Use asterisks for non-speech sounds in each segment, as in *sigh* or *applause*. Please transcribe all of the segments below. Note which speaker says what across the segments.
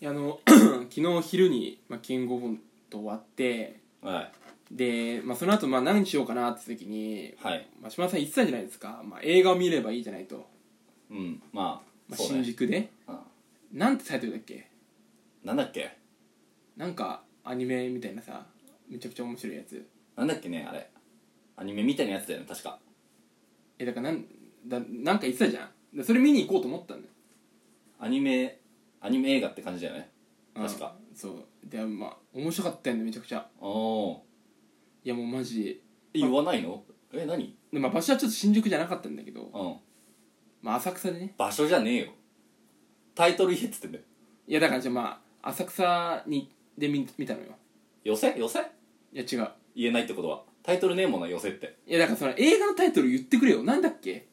Speaker 1: いやあの *coughs* 昨日昼に、まあ、キングオブコント終わって
Speaker 2: はい
Speaker 1: で、まあ、その後まあ何しようかなって時に、
Speaker 2: はい
Speaker 1: まあ、島田さん言ってたじゃないですか、まあ、映画を見ればいいじゃないと、
Speaker 2: うんまあ、
Speaker 1: まあ、
Speaker 2: そうね
Speaker 1: 新宿で、
Speaker 2: うん
Speaker 1: なんてタイトルだっけ
Speaker 2: なんだっけ
Speaker 1: なんかアニメみたいなさめちゃくちゃ面白いやつ
Speaker 2: なんだっけねあれアニメみたいなやつだよね確か
Speaker 1: えだからなんだなんか言ってたじゃんでそれ見に行こうと思ったんだよ
Speaker 2: アニメアニメ映画って感じだよね確か
Speaker 1: うんそうでまあ面白かったよねめちゃくちゃ
Speaker 2: おお
Speaker 1: いやもうマジ
Speaker 2: ーえ言わないのえ何
Speaker 1: で、まあ、場所はちょっと新宿じゃなかったんだけど、
Speaker 2: うん
Speaker 1: まあ、浅草でね
Speaker 2: 場所じゃねえよタイトル言えっつってんだよ
Speaker 1: いやだからじゃあまあ浅草にで見見たのよ
Speaker 2: 寄せ寄せ
Speaker 1: いや違う
Speaker 2: 言えないってことはタイトルねえもんな寄せって
Speaker 1: いやだからその映画のタイトル言ってくれよなんだっけ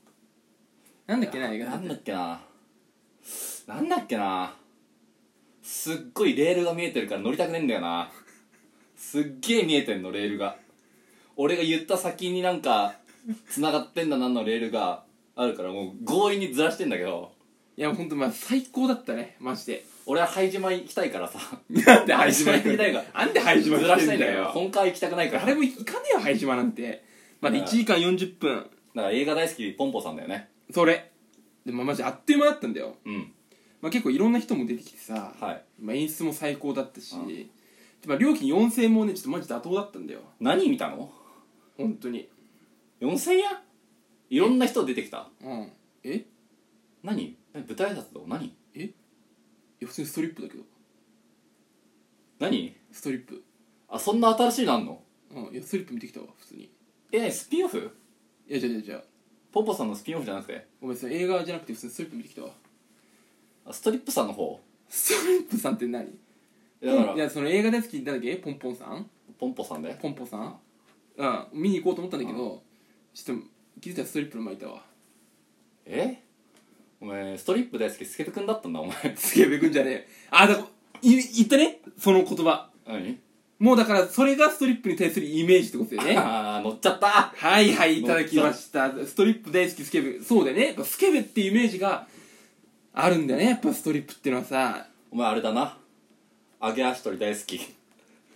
Speaker 1: なんだっけな映画の
Speaker 2: な
Speaker 1: タイト
Speaker 2: んだ
Speaker 1: ル
Speaker 2: っけななんだっけなすっごいレールが見えてるから乗りたくねえんだよなすっげえ見えてんのレールが俺が言った先になんか繋がってんだなんのレールがあるからもう強引にずらしてんだけど
Speaker 1: いやほんとまあ最高だったねマジで
Speaker 2: 俺は拝島行きたいからさ
Speaker 1: なんで
Speaker 2: 廃島行く
Speaker 1: なんで廃島
Speaker 2: ず
Speaker 1: 行
Speaker 2: ら
Speaker 1: く
Speaker 2: し
Speaker 1: ん
Speaker 2: たいん
Speaker 1: だ
Speaker 2: だよ
Speaker 1: よ
Speaker 2: 本館行きたくないから
Speaker 1: 誰も行かねえよ廃島なんてまだ
Speaker 2: いや
Speaker 1: 1時間40分
Speaker 2: だから映画大好きポンポさんだよね
Speaker 1: それでもマジあっという間だったんだよ、
Speaker 2: うん
Speaker 1: まあ、結構いろんな人も出てきてさ、
Speaker 2: はい
Speaker 1: まあ、演出も最高だったし、
Speaker 2: うん
Speaker 1: でまあ、料金4000円もねちょっとマジ妥当だったんだよ
Speaker 2: 何見たの
Speaker 1: 本当に
Speaker 2: 4000円いろんな人出てきた
Speaker 1: うんえい
Speaker 2: 何何舞台挨拶だ何
Speaker 1: や普通にストリップだけど
Speaker 2: 何
Speaker 1: ストリップ
Speaker 2: あそんな新しいのあんの
Speaker 1: うんいやストリップ見てきたわ普通に
Speaker 2: え何スピンオフ
Speaker 1: いやじゃあじゃあじゃあ
Speaker 2: ポポさんのスピンオフじゃなくて
Speaker 1: ごめんそれ映画じゃなくて普通にストリップ見てきたわ
Speaker 2: あストリップさんの方
Speaker 1: ストリップさんって何
Speaker 2: だから、
Speaker 1: いやその映画大好きなんだっけポンポンさん
Speaker 2: ポンポさんで
Speaker 1: ポンポさんうん見に行こうと思ったんだけどちょっと気づいたらストリップの前いたわ
Speaker 2: えお前ストリップ大好きスケベくんだったんだお前 *laughs*
Speaker 1: すげえべくんじゃねえあだい言ったねその言葉
Speaker 2: 何
Speaker 1: もうだからそれがストリップに対するイメージってことだよ
Speaker 2: *laughs*
Speaker 1: ね
Speaker 2: ああ乗っちゃった
Speaker 1: はいはいいただきましたストリップ大好きスケベそうだよねやっぱスケベっていうイメージがあるんだよねやっぱストリップっていうのはさ
Speaker 2: お前あれだな揚げ足取り大好き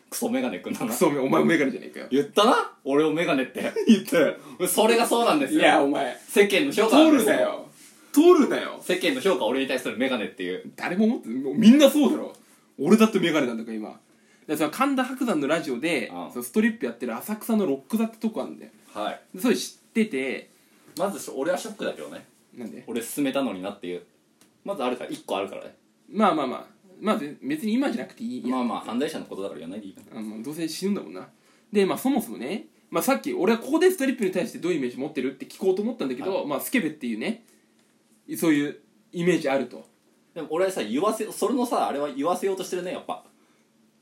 Speaker 2: クソメガネくんだな
Speaker 1: クソめお前もメガネじゃねえかよ
Speaker 2: 言ったな俺をメガネって言ったよそれがそうなんです
Speaker 1: い
Speaker 2: よ
Speaker 1: やお前
Speaker 2: 世間の評価
Speaker 1: 取
Speaker 2: なんで
Speaker 1: る
Speaker 2: すよ
Speaker 1: なよ取るなよ
Speaker 2: 世間の評価俺に対するメガネっていう
Speaker 1: 誰も思ってもうみんなそうだろ俺だってメガネなんだから今だからその神田伯山のラジオで
Speaker 2: うん
Speaker 1: そのストリップやってる浅草のロック座ってとこあるんだよ
Speaker 2: はい
Speaker 1: でそれ知ってて
Speaker 2: まずし俺はショックだけどね
Speaker 1: なんで
Speaker 2: 俺勧めたのになっていうまずあるから1個あるからね
Speaker 1: まあまあまあまあぜ別に今じゃなくていいや、
Speaker 2: まあまあ犯罪者のことだから言わないでいいかな
Speaker 1: あのどうせ死ぬんだもんなでまあそもそもね、まあ、さっき俺はここでストリップに対してどういうイメージ持ってるって聞こうと思ったんだけど、
Speaker 2: は
Speaker 1: まあスケベっていうねそういうイメージあると
Speaker 2: でも俺はさ言わせそれのさあれは言わせようとしてるねやっぱ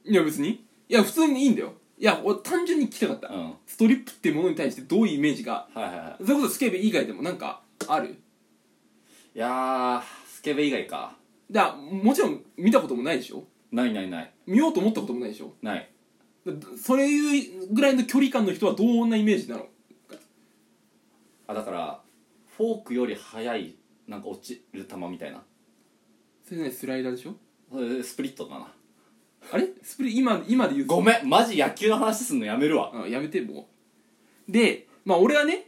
Speaker 1: いや別にいや普通にいいんだよいや俺単純に聞きたかった、
Speaker 2: うんは
Speaker 1: ストリップっていうものに対してどういうイメージが
Speaker 2: いはいは
Speaker 1: それこそスケベ以外でもなんかある
Speaker 2: いいやースケベ以外か
Speaker 1: だもちろん見たこともないでしょ
Speaker 2: ないないない
Speaker 1: 見ようと思ったこともないでしょ
Speaker 2: ない
Speaker 1: だそれいうぐらいの距離感の人はどんなイメージなの
Speaker 2: あだからフォークより速いなんか落ちる球みたいな
Speaker 1: それねスライダーでしょ
Speaker 2: それスプリットかな
Speaker 1: あれスプリ今今で言う
Speaker 2: ごめんマジ野球の話すんのやめるわ
Speaker 1: ん、やめてもうでまあ俺はね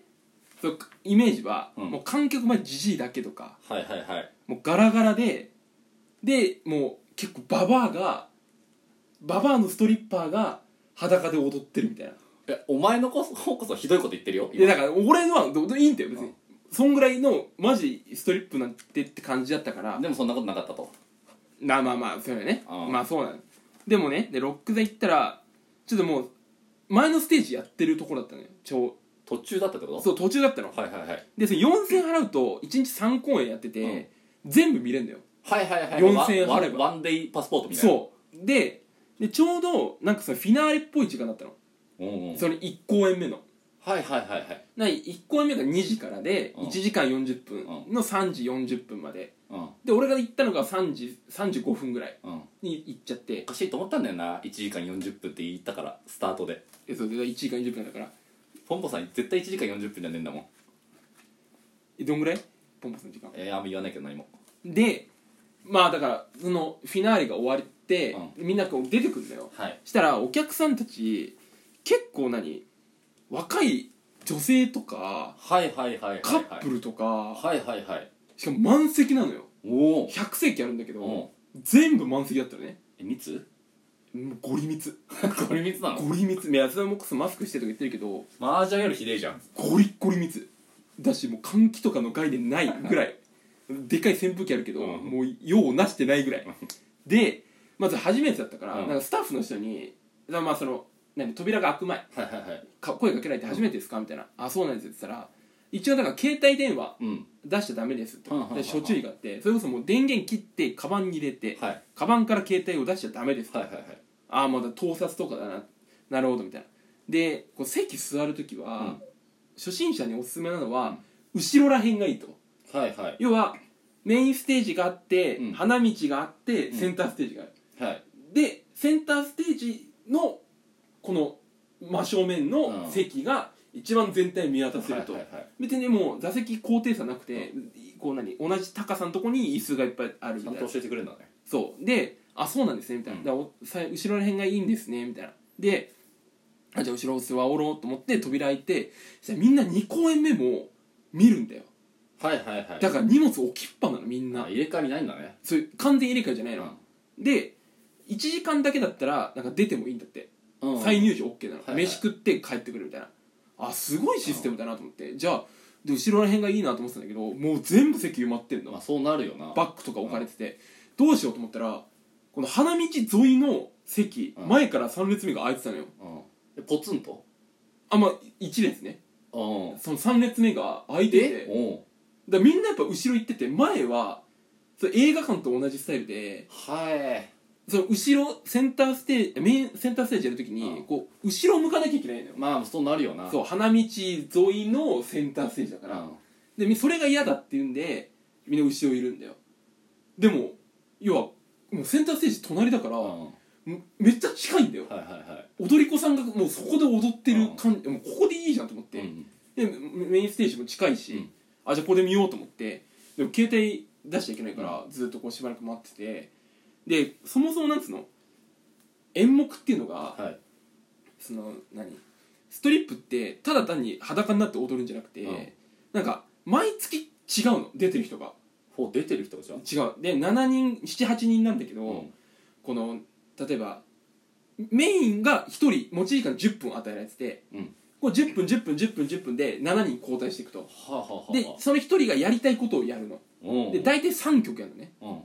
Speaker 1: そうイメージは、
Speaker 2: うん
Speaker 1: もう観客前じじいだけとか
Speaker 2: はいはいはい
Speaker 1: もうガラガラででもう結構ババアがババアのストリッパーが裸で踊ってるみたいな
Speaker 2: えお前のこそこそひどいこと言ってるよ
Speaker 1: いや
Speaker 2: 今
Speaker 1: だから俺のはどどいいんだよ別に、
Speaker 2: うん
Speaker 1: そんぐらいのマジストリップなんてって感じだったから
Speaker 2: でもそんなことなかったと
Speaker 1: なまあまあそれはね、
Speaker 2: うん
Speaker 1: まあそうなのでもねでロック座行ったらちょっともう前のステージやってるところだったのよちょ
Speaker 2: 途中だったってこ
Speaker 1: う
Speaker 2: と
Speaker 1: そう途中だったの
Speaker 2: はいはいはい
Speaker 1: でその4000円払うと1日3公演やってて、全部見れるんだよ
Speaker 2: はいはいはい
Speaker 1: 4000円
Speaker 2: ワン
Speaker 1: 払えば
Speaker 2: ワンワンデイパスポートみたいな
Speaker 1: そうででちょうどなんかそのフィナーレっぽい時間だったの、
Speaker 2: う、うんうん、
Speaker 1: その1公演目の
Speaker 2: はいはいはいはい
Speaker 1: な1公演目が2時からで
Speaker 2: うん
Speaker 1: 1時間40分の3時40分まで
Speaker 2: うん
Speaker 1: で俺が行ったのが3時35分ぐらい
Speaker 2: うん
Speaker 1: に行っちゃって
Speaker 2: おかしいと思ったんだよな1時間40分って言ったからスタートで
Speaker 1: えそうで1時間40分だから
Speaker 2: ポンポさん絶対1時間40分じゃねえんだもん
Speaker 1: えどんぐらいポンポスの時間
Speaker 2: えー、あんま言わないけど何も
Speaker 1: で、まあだからそのフィナーレが終わって、みんなこう出てくるんだよ
Speaker 2: はい
Speaker 1: したらお客さんたち結構何若い女性とか
Speaker 2: はいはいはいはい
Speaker 1: カップルとか、
Speaker 2: はいはいはい
Speaker 1: しかも満席なのよ
Speaker 2: おお
Speaker 1: 100席あるんだけど、
Speaker 2: うん
Speaker 1: 全部満席だったのね
Speaker 2: え密
Speaker 1: もうゴリ密
Speaker 2: *laughs* これ密なの
Speaker 1: ゴリ密いやそれもこそマスクしてとか言ってるけど
Speaker 2: 麻雀よりひでえじゃん
Speaker 1: ゴリッゴリ密だしもう換気とかの概念ないぐらい *laughs* でかい扇風機あるけど、
Speaker 2: うん
Speaker 1: もう用をなしてないぐ
Speaker 2: *laughs*
Speaker 1: らいでまず初めてだったから、
Speaker 2: うん
Speaker 1: なんかスタッフの人にだからまあその何扉が開く前
Speaker 2: はいはいはい
Speaker 1: か声かけられて初めてですかみたいな「あそうなんです」って言ったら一応だから携帯電話
Speaker 2: うん
Speaker 1: 出しちゃダメですって
Speaker 2: うんうんうんうん
Speaker 1: で諸注意があってそれこそもう電源切ってカバンに入れて、
Speaker 2: はい
Speaker 1: カバンから携帯を出しちゃダメです、
Speaker 2: はいはいはい
Speaker 1: ああまだ盗撮とかだななるほどみたいなでこう席座る時は、
Speaker 2: うん
Speaker 1: 初心者におすすめなのは、後ろらへんがいいと
Speaker 2: はいはい
Speaker 1: 要はメインステージがあって、
Speaker 2: うん
Speaker 1: 花道があって
Speaker 2: うん
Speaker 1: センターステージがある、
Speaker 2: はい
Speaker 1: でセンターステージのこの真正面
Speaker 2: う
Speaker 1: の
Speaker 2: ん
Speaker 1: 席が一番全体を見渡せると、
Speaker 2: はいはいはい
Speaker 1: 別にもう座席高低差なくて、こう何同じ高さのとこに椅子がいっぱいあるみ
Speaker 2: ち
Speaker 1: た
Speaker 2: ゃ
Speaker 1: い
Speaker 2: ん
Speaker 1: な
Speaker 2: と教えてくれるんだね
Speaker 1: そうで「あそうなんですね」みたいな、
Speaker 2: うん
Speaker 1: だからおさ後ろらへんがいいんですね」みたいなであじゃあ後ろを座ろうと思って扉開いてそしたらみんな2公演目も見るんだよ
Speaker 2: はいはいはい
Speaker 1: だから荷物置きっぱなのみんな、
Speaker 2: あ入れ替わりないんだね
Speaker 1: そういう完全入れ替えじゃないの、
Speaker 2: う
Speaker 1: で1時間だけだったらなんか出てもいいんだって、
Speaker 2: んうん
Speaker 1: 再入場 OK なの、
Speaker 2: はいはい
Speaker 1: 飯食って帰ってくるみたいなあすごいシステムだなと思って、じゃあで後ろらへんがいいなと思ってたんだけどもう全部席埋まってんの
Speaker 2: まあそうなるよな
Speaker 1: バッグとか置かれてて、どうしようと思ったらこの花道沿いの席、
Speaker 2: うん
Speaker 1: 前から3列目が空いてたのよ
Speaker 2: うんえポツンと
Speaker 1: あまあ1列ね
Speaker 2: うん
Speaker 1: その3列目が空いててだから
Speaker 2: うん
Speaker 1: みんなやっぱ後ろ行ってて前はそれ映画館と同じスタイルで
Speaker 2: はい
Speaker 1: その後ろセンターステージメインセンターステージやるときに、
Speaker 2: うん
Speaker 1: こう後ろ向かなきゃいけないのよ、
Speaker 2: まあそうなるよな
Speaker 1: そうう花道沿いのセンターステージだから、
Speaker 2: ん
Speaker 1: でみそれが嫌だっていうんでみんな後ろいるんだよでも要はもうセンターステージ隣だから、
Speaker 2: うん
Speaker 1: めめっちゃ近いんだよ
Speaker 2: はいはいはい
Speaker 1: 踊り子さんがもうそこで踊ってる感じもうここでいいじゃんと思って、
Speaker 2: うん
Speaker 1: でメメインステージも近いし、
Speaker 2: うん
Speaker 1: あじゃあここで見ようと思ってでも携帯出しちゃいけないから、ずっとこうしばらく待っててでそもそもなんつうの演目っていうのが、
Speaker 2: はい
Speaker 1: その何ストリップってただ単に裸になって踊るんじゃなくて、
Speaker 2: うん
Speaker 1: なんか毎月違うの出てる人が
Speaker 2: ほう出てる人じゃん
Speaker 1: 違うで7人78人なんだけど、
Speaker 2: うん
Speaker 1: この例えばメインが1人持ち時間10分与えられてて
Speaker 2: うん
Speaker 1: こう10分10分10分10分で7人交代していくと
Speaker 2: はあはあはあ
Speaker 1: で
Speaker 2: はあ
Speaker 1: その1人がやりたいことをやるの
Speaker 2: うん
Speaker 1: で大体3曲やるのね
Speaker 2: うん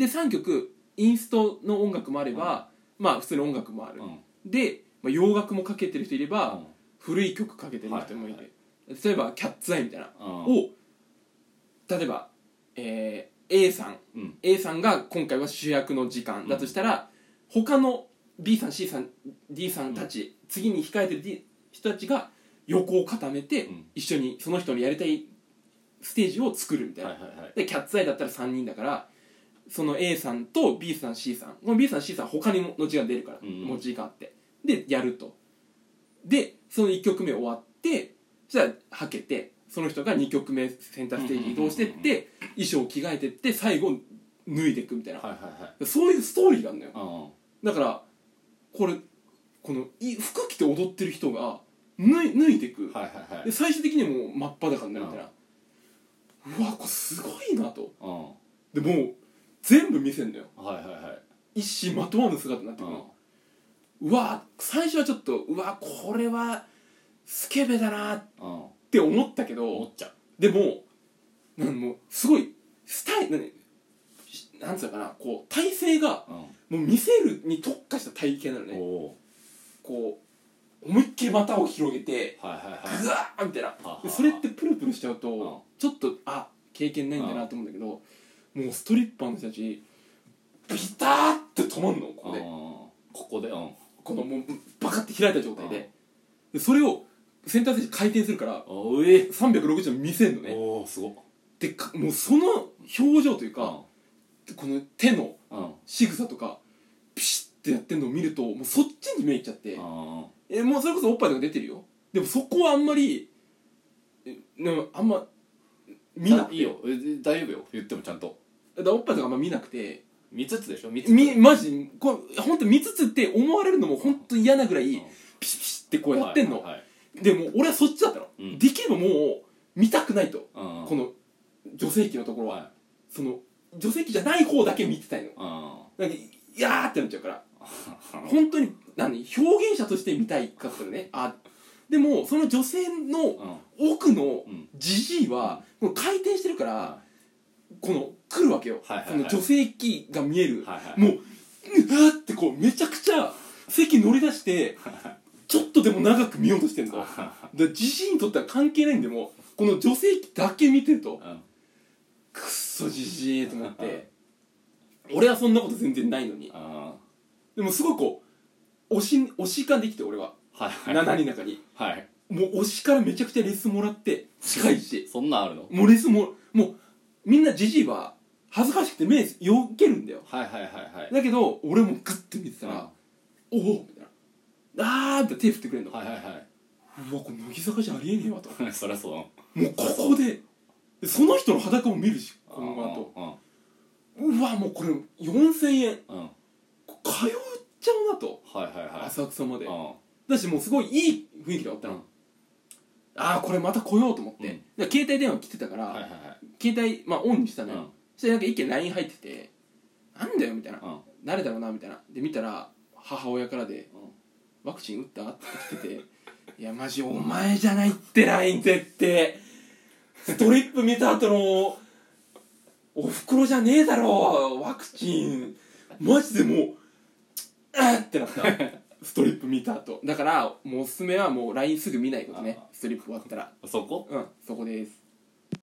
Speaker 1: で3曲インストの音楽もあれば、まあ普通の音楽もある、
Speaker 2: うん
Speaker 1: で、まあ、洋楽もかけてる人いれば、
Speaker 2: うん
Speaker 1: 古い曲かけてる人もいて、
Speaker 2: はい
Speaker 1: 例えば「キャッツアイ」みたいな、
Speaker 2: うん
Speaker 1: を例えば、えー A さん
Speaker 2: うん
Speaker 1: A さんが今回は主役の時間だとしたら、他の B さん C さん D さんたち、次に控えてる D 人たちが横を固めて、
Speaker 2: うん
Speaker 1: 一緒にその人のやりたいステージを作るみたいな、
Speaker 2: はいはいはい
Speaker 1: でキャッツアイだったら3人だからその A さんと B さん C さんこの B さん C さん他にもの時間出るから、
Speaker 2: うん
Speaker 1: 持ち時間あってでやるとでその1曲目終わってじゃあはけてその人が2曲目センターステージ移動してって衣装着替えてって最後脱いでいくみたいな、
Speaker 2: はいはいはい
Speaker 1: そういうストーリーがあるのよ
Speaker 2: うん
Speaker 1: だからこれこのい服着て踊ってる人が脱い脱いでいく、
Speaker 2: はいはいはい
Speaker 1: で最終的にもう真っ裸になるみたいな、うわこれすごいなと
Speaker 2: うん
Speaker 1: でもう全部見せんだよ
Speaker 2: はいはいはい
Speaker 1: 一糸まとわぬ姿になって
Speaker 2: う
Speaker 1: くる
Speaker 2: ん
Speaker 1: の、うわ最初はちょっとうわこれはスケベだなっ
Speaker 2: うん
Speaker 1: て思ったけ
Speaker 2: 思
Speaker 1: ど
Speaker 2: っちゃう
Speaker 1: でもなんもうすごいスタイルなんしなんつうのかなこう体勢が
Speaker 2: う
Speaker 1: もう見せるに特化した体型なの
Speaker 2: んお
Speaker 1: ね
Speaker 2: お
Speaker 1: こう思いっきり股を広げて
Speaker 2: はいはいはい
Speaker 1: グワーみたいな
Speaker 2: は
Speaker 1: で
Speaker 2: は
Speaker 1: それってプルプルしちゃうと、
Speaker 2: うん
Speaker 1: ちょっとあ経験ないんだなと思うんだけど、もうストリッパーの人たちビターって止まんのここで、
Speaker 2: うんここでうん
Speaker 1: このもうバカって開いた状態で,、でそれをセンターステージ回転するから
Speaker 2: おえ
Speaker 1: 360度見せんのね
Speaker 2: おおすごっ
Speaker 1: でかもうその表情というか、この手の
Speaker 2: うんうん
Speaker 1: 仕草とかピシッってやってんのを見るともうそっちに目いっちゃって、
Speaker 2: うん
Speaker 1: えもうそれこそおっぱいとか出てるよでもそこはあんまりえでもあんま見なくて
Speaker 2: いいよえ大丈夫よ言ってもちゃんと
Speaker 1: だからおっぱいとかあんま見なくて
Speaker 2: 見つつでしょ見つつ
Speaker 1: みマジこれ本当見つつって思われるのも本当嫌なぐらい
Speaker 2: うん
Speaker 1: ピシピシってこうやってんの、
Speaker 2: はいはいはい
Speaker 1: でも俺はそっちだったの、
Speaker 2: うん
Speaker 1: できればもう見たくないと、
Speaker 2: うんうん
Speaker 1: この女性器のところは、
Speaker 2: はい
Speaker 1: その女性器じゃない方だけ見てたいの
Speaker 2: う
Speaker 1: なんかいやーってなっちゃうから
Speaker 2: ん
Speaker 1: 本当に何表現者として見たいかったのねあでもその女性の
Speaker 2: うん
Speaker 1: 奥の
Speaker 2: うん
Speaker 1: ジジイは、この回転してるからこの来るわけよ、
Speaker 2: はいはいはい
Speaker 1: その女性器が見える、
Speaker 2: はいはい
Speaker 1: もううわーってこうめちゃくちゃ席乗り出してちょっとでも長く見ようとしてんのだからジジイにとっては関係ないんでもうこの女性器だけ見てると
Speaker 2: うん
Speaker 1: くっそジジイと思って俺はそんなこと全然ないのに
Speaker 2: うん
Speaker 1: でもすごいこう推し推し感できて俺は
Speaker 2: はいはい
Speaker 1: 7人の中に
Speaker 2: はい
Speaker 1: もう推しからめちゃくちゃレスもらって近いし
Speaker 2: そんなんあるの
Speaker 1: もうレスももうみんなジジイは恥ずかしくて目よけるんだよ
Speaker 2: はいはいはいはい
Speaker 1: だけど俺もグッて見てたら「おお!」みたいな「あー」って手振ってくれんの、
Speaker 2: はいは
Speaker 1: うわこれ乃木坂じゃありえねえわと
Speaker 2: いはいそりゃそうだ
Speaker 1: もうここででその人の裸も見るしこの後
Speaker 2: う
Speaker 1: うわもうこれ4000円
Speaker 2: んうんうん
Speaker 1: 通っちゃうなと
Speaker 2: はいはいは
Speaker 1: 浅草ま
Speaker 2: い
Speaker 1: で
Speaker 2: うん
Speaker 1: だしもうすごいいい雰囲気だったの、
Speaker 2: うん
Speaker 1: ああこれまた来ようと思って、
Speaker 2: うん
Speaker 1: だから携帯電話来てたから、
Speaker 2: はいはいはい
Speaker 1: 携帯、まあ、オンにしたのよ、
Speaker 2: うん
Speaker 1: そしてなんか一件 LINE 入ってて「なんだよ」みたいな
Speaker 2: うん
Speaker 1: 「誰だろうな」みたいなで見たら母親からで
Speaker 2: う
Speaker 1: 「
Speaker 2: ん
Speaker 1: ワクチン打った?」って来てて「いやマジお前じゃないって LINE 絶対ストリップ見た後のおふくろじゃねえだろワクチンマジでもうあーってなったストリップ見た後だからもうおすすめはもう LINE すぐ見ないことねストリップ終わったら
Speaker 2: そこ
Speaker 1: うんそこです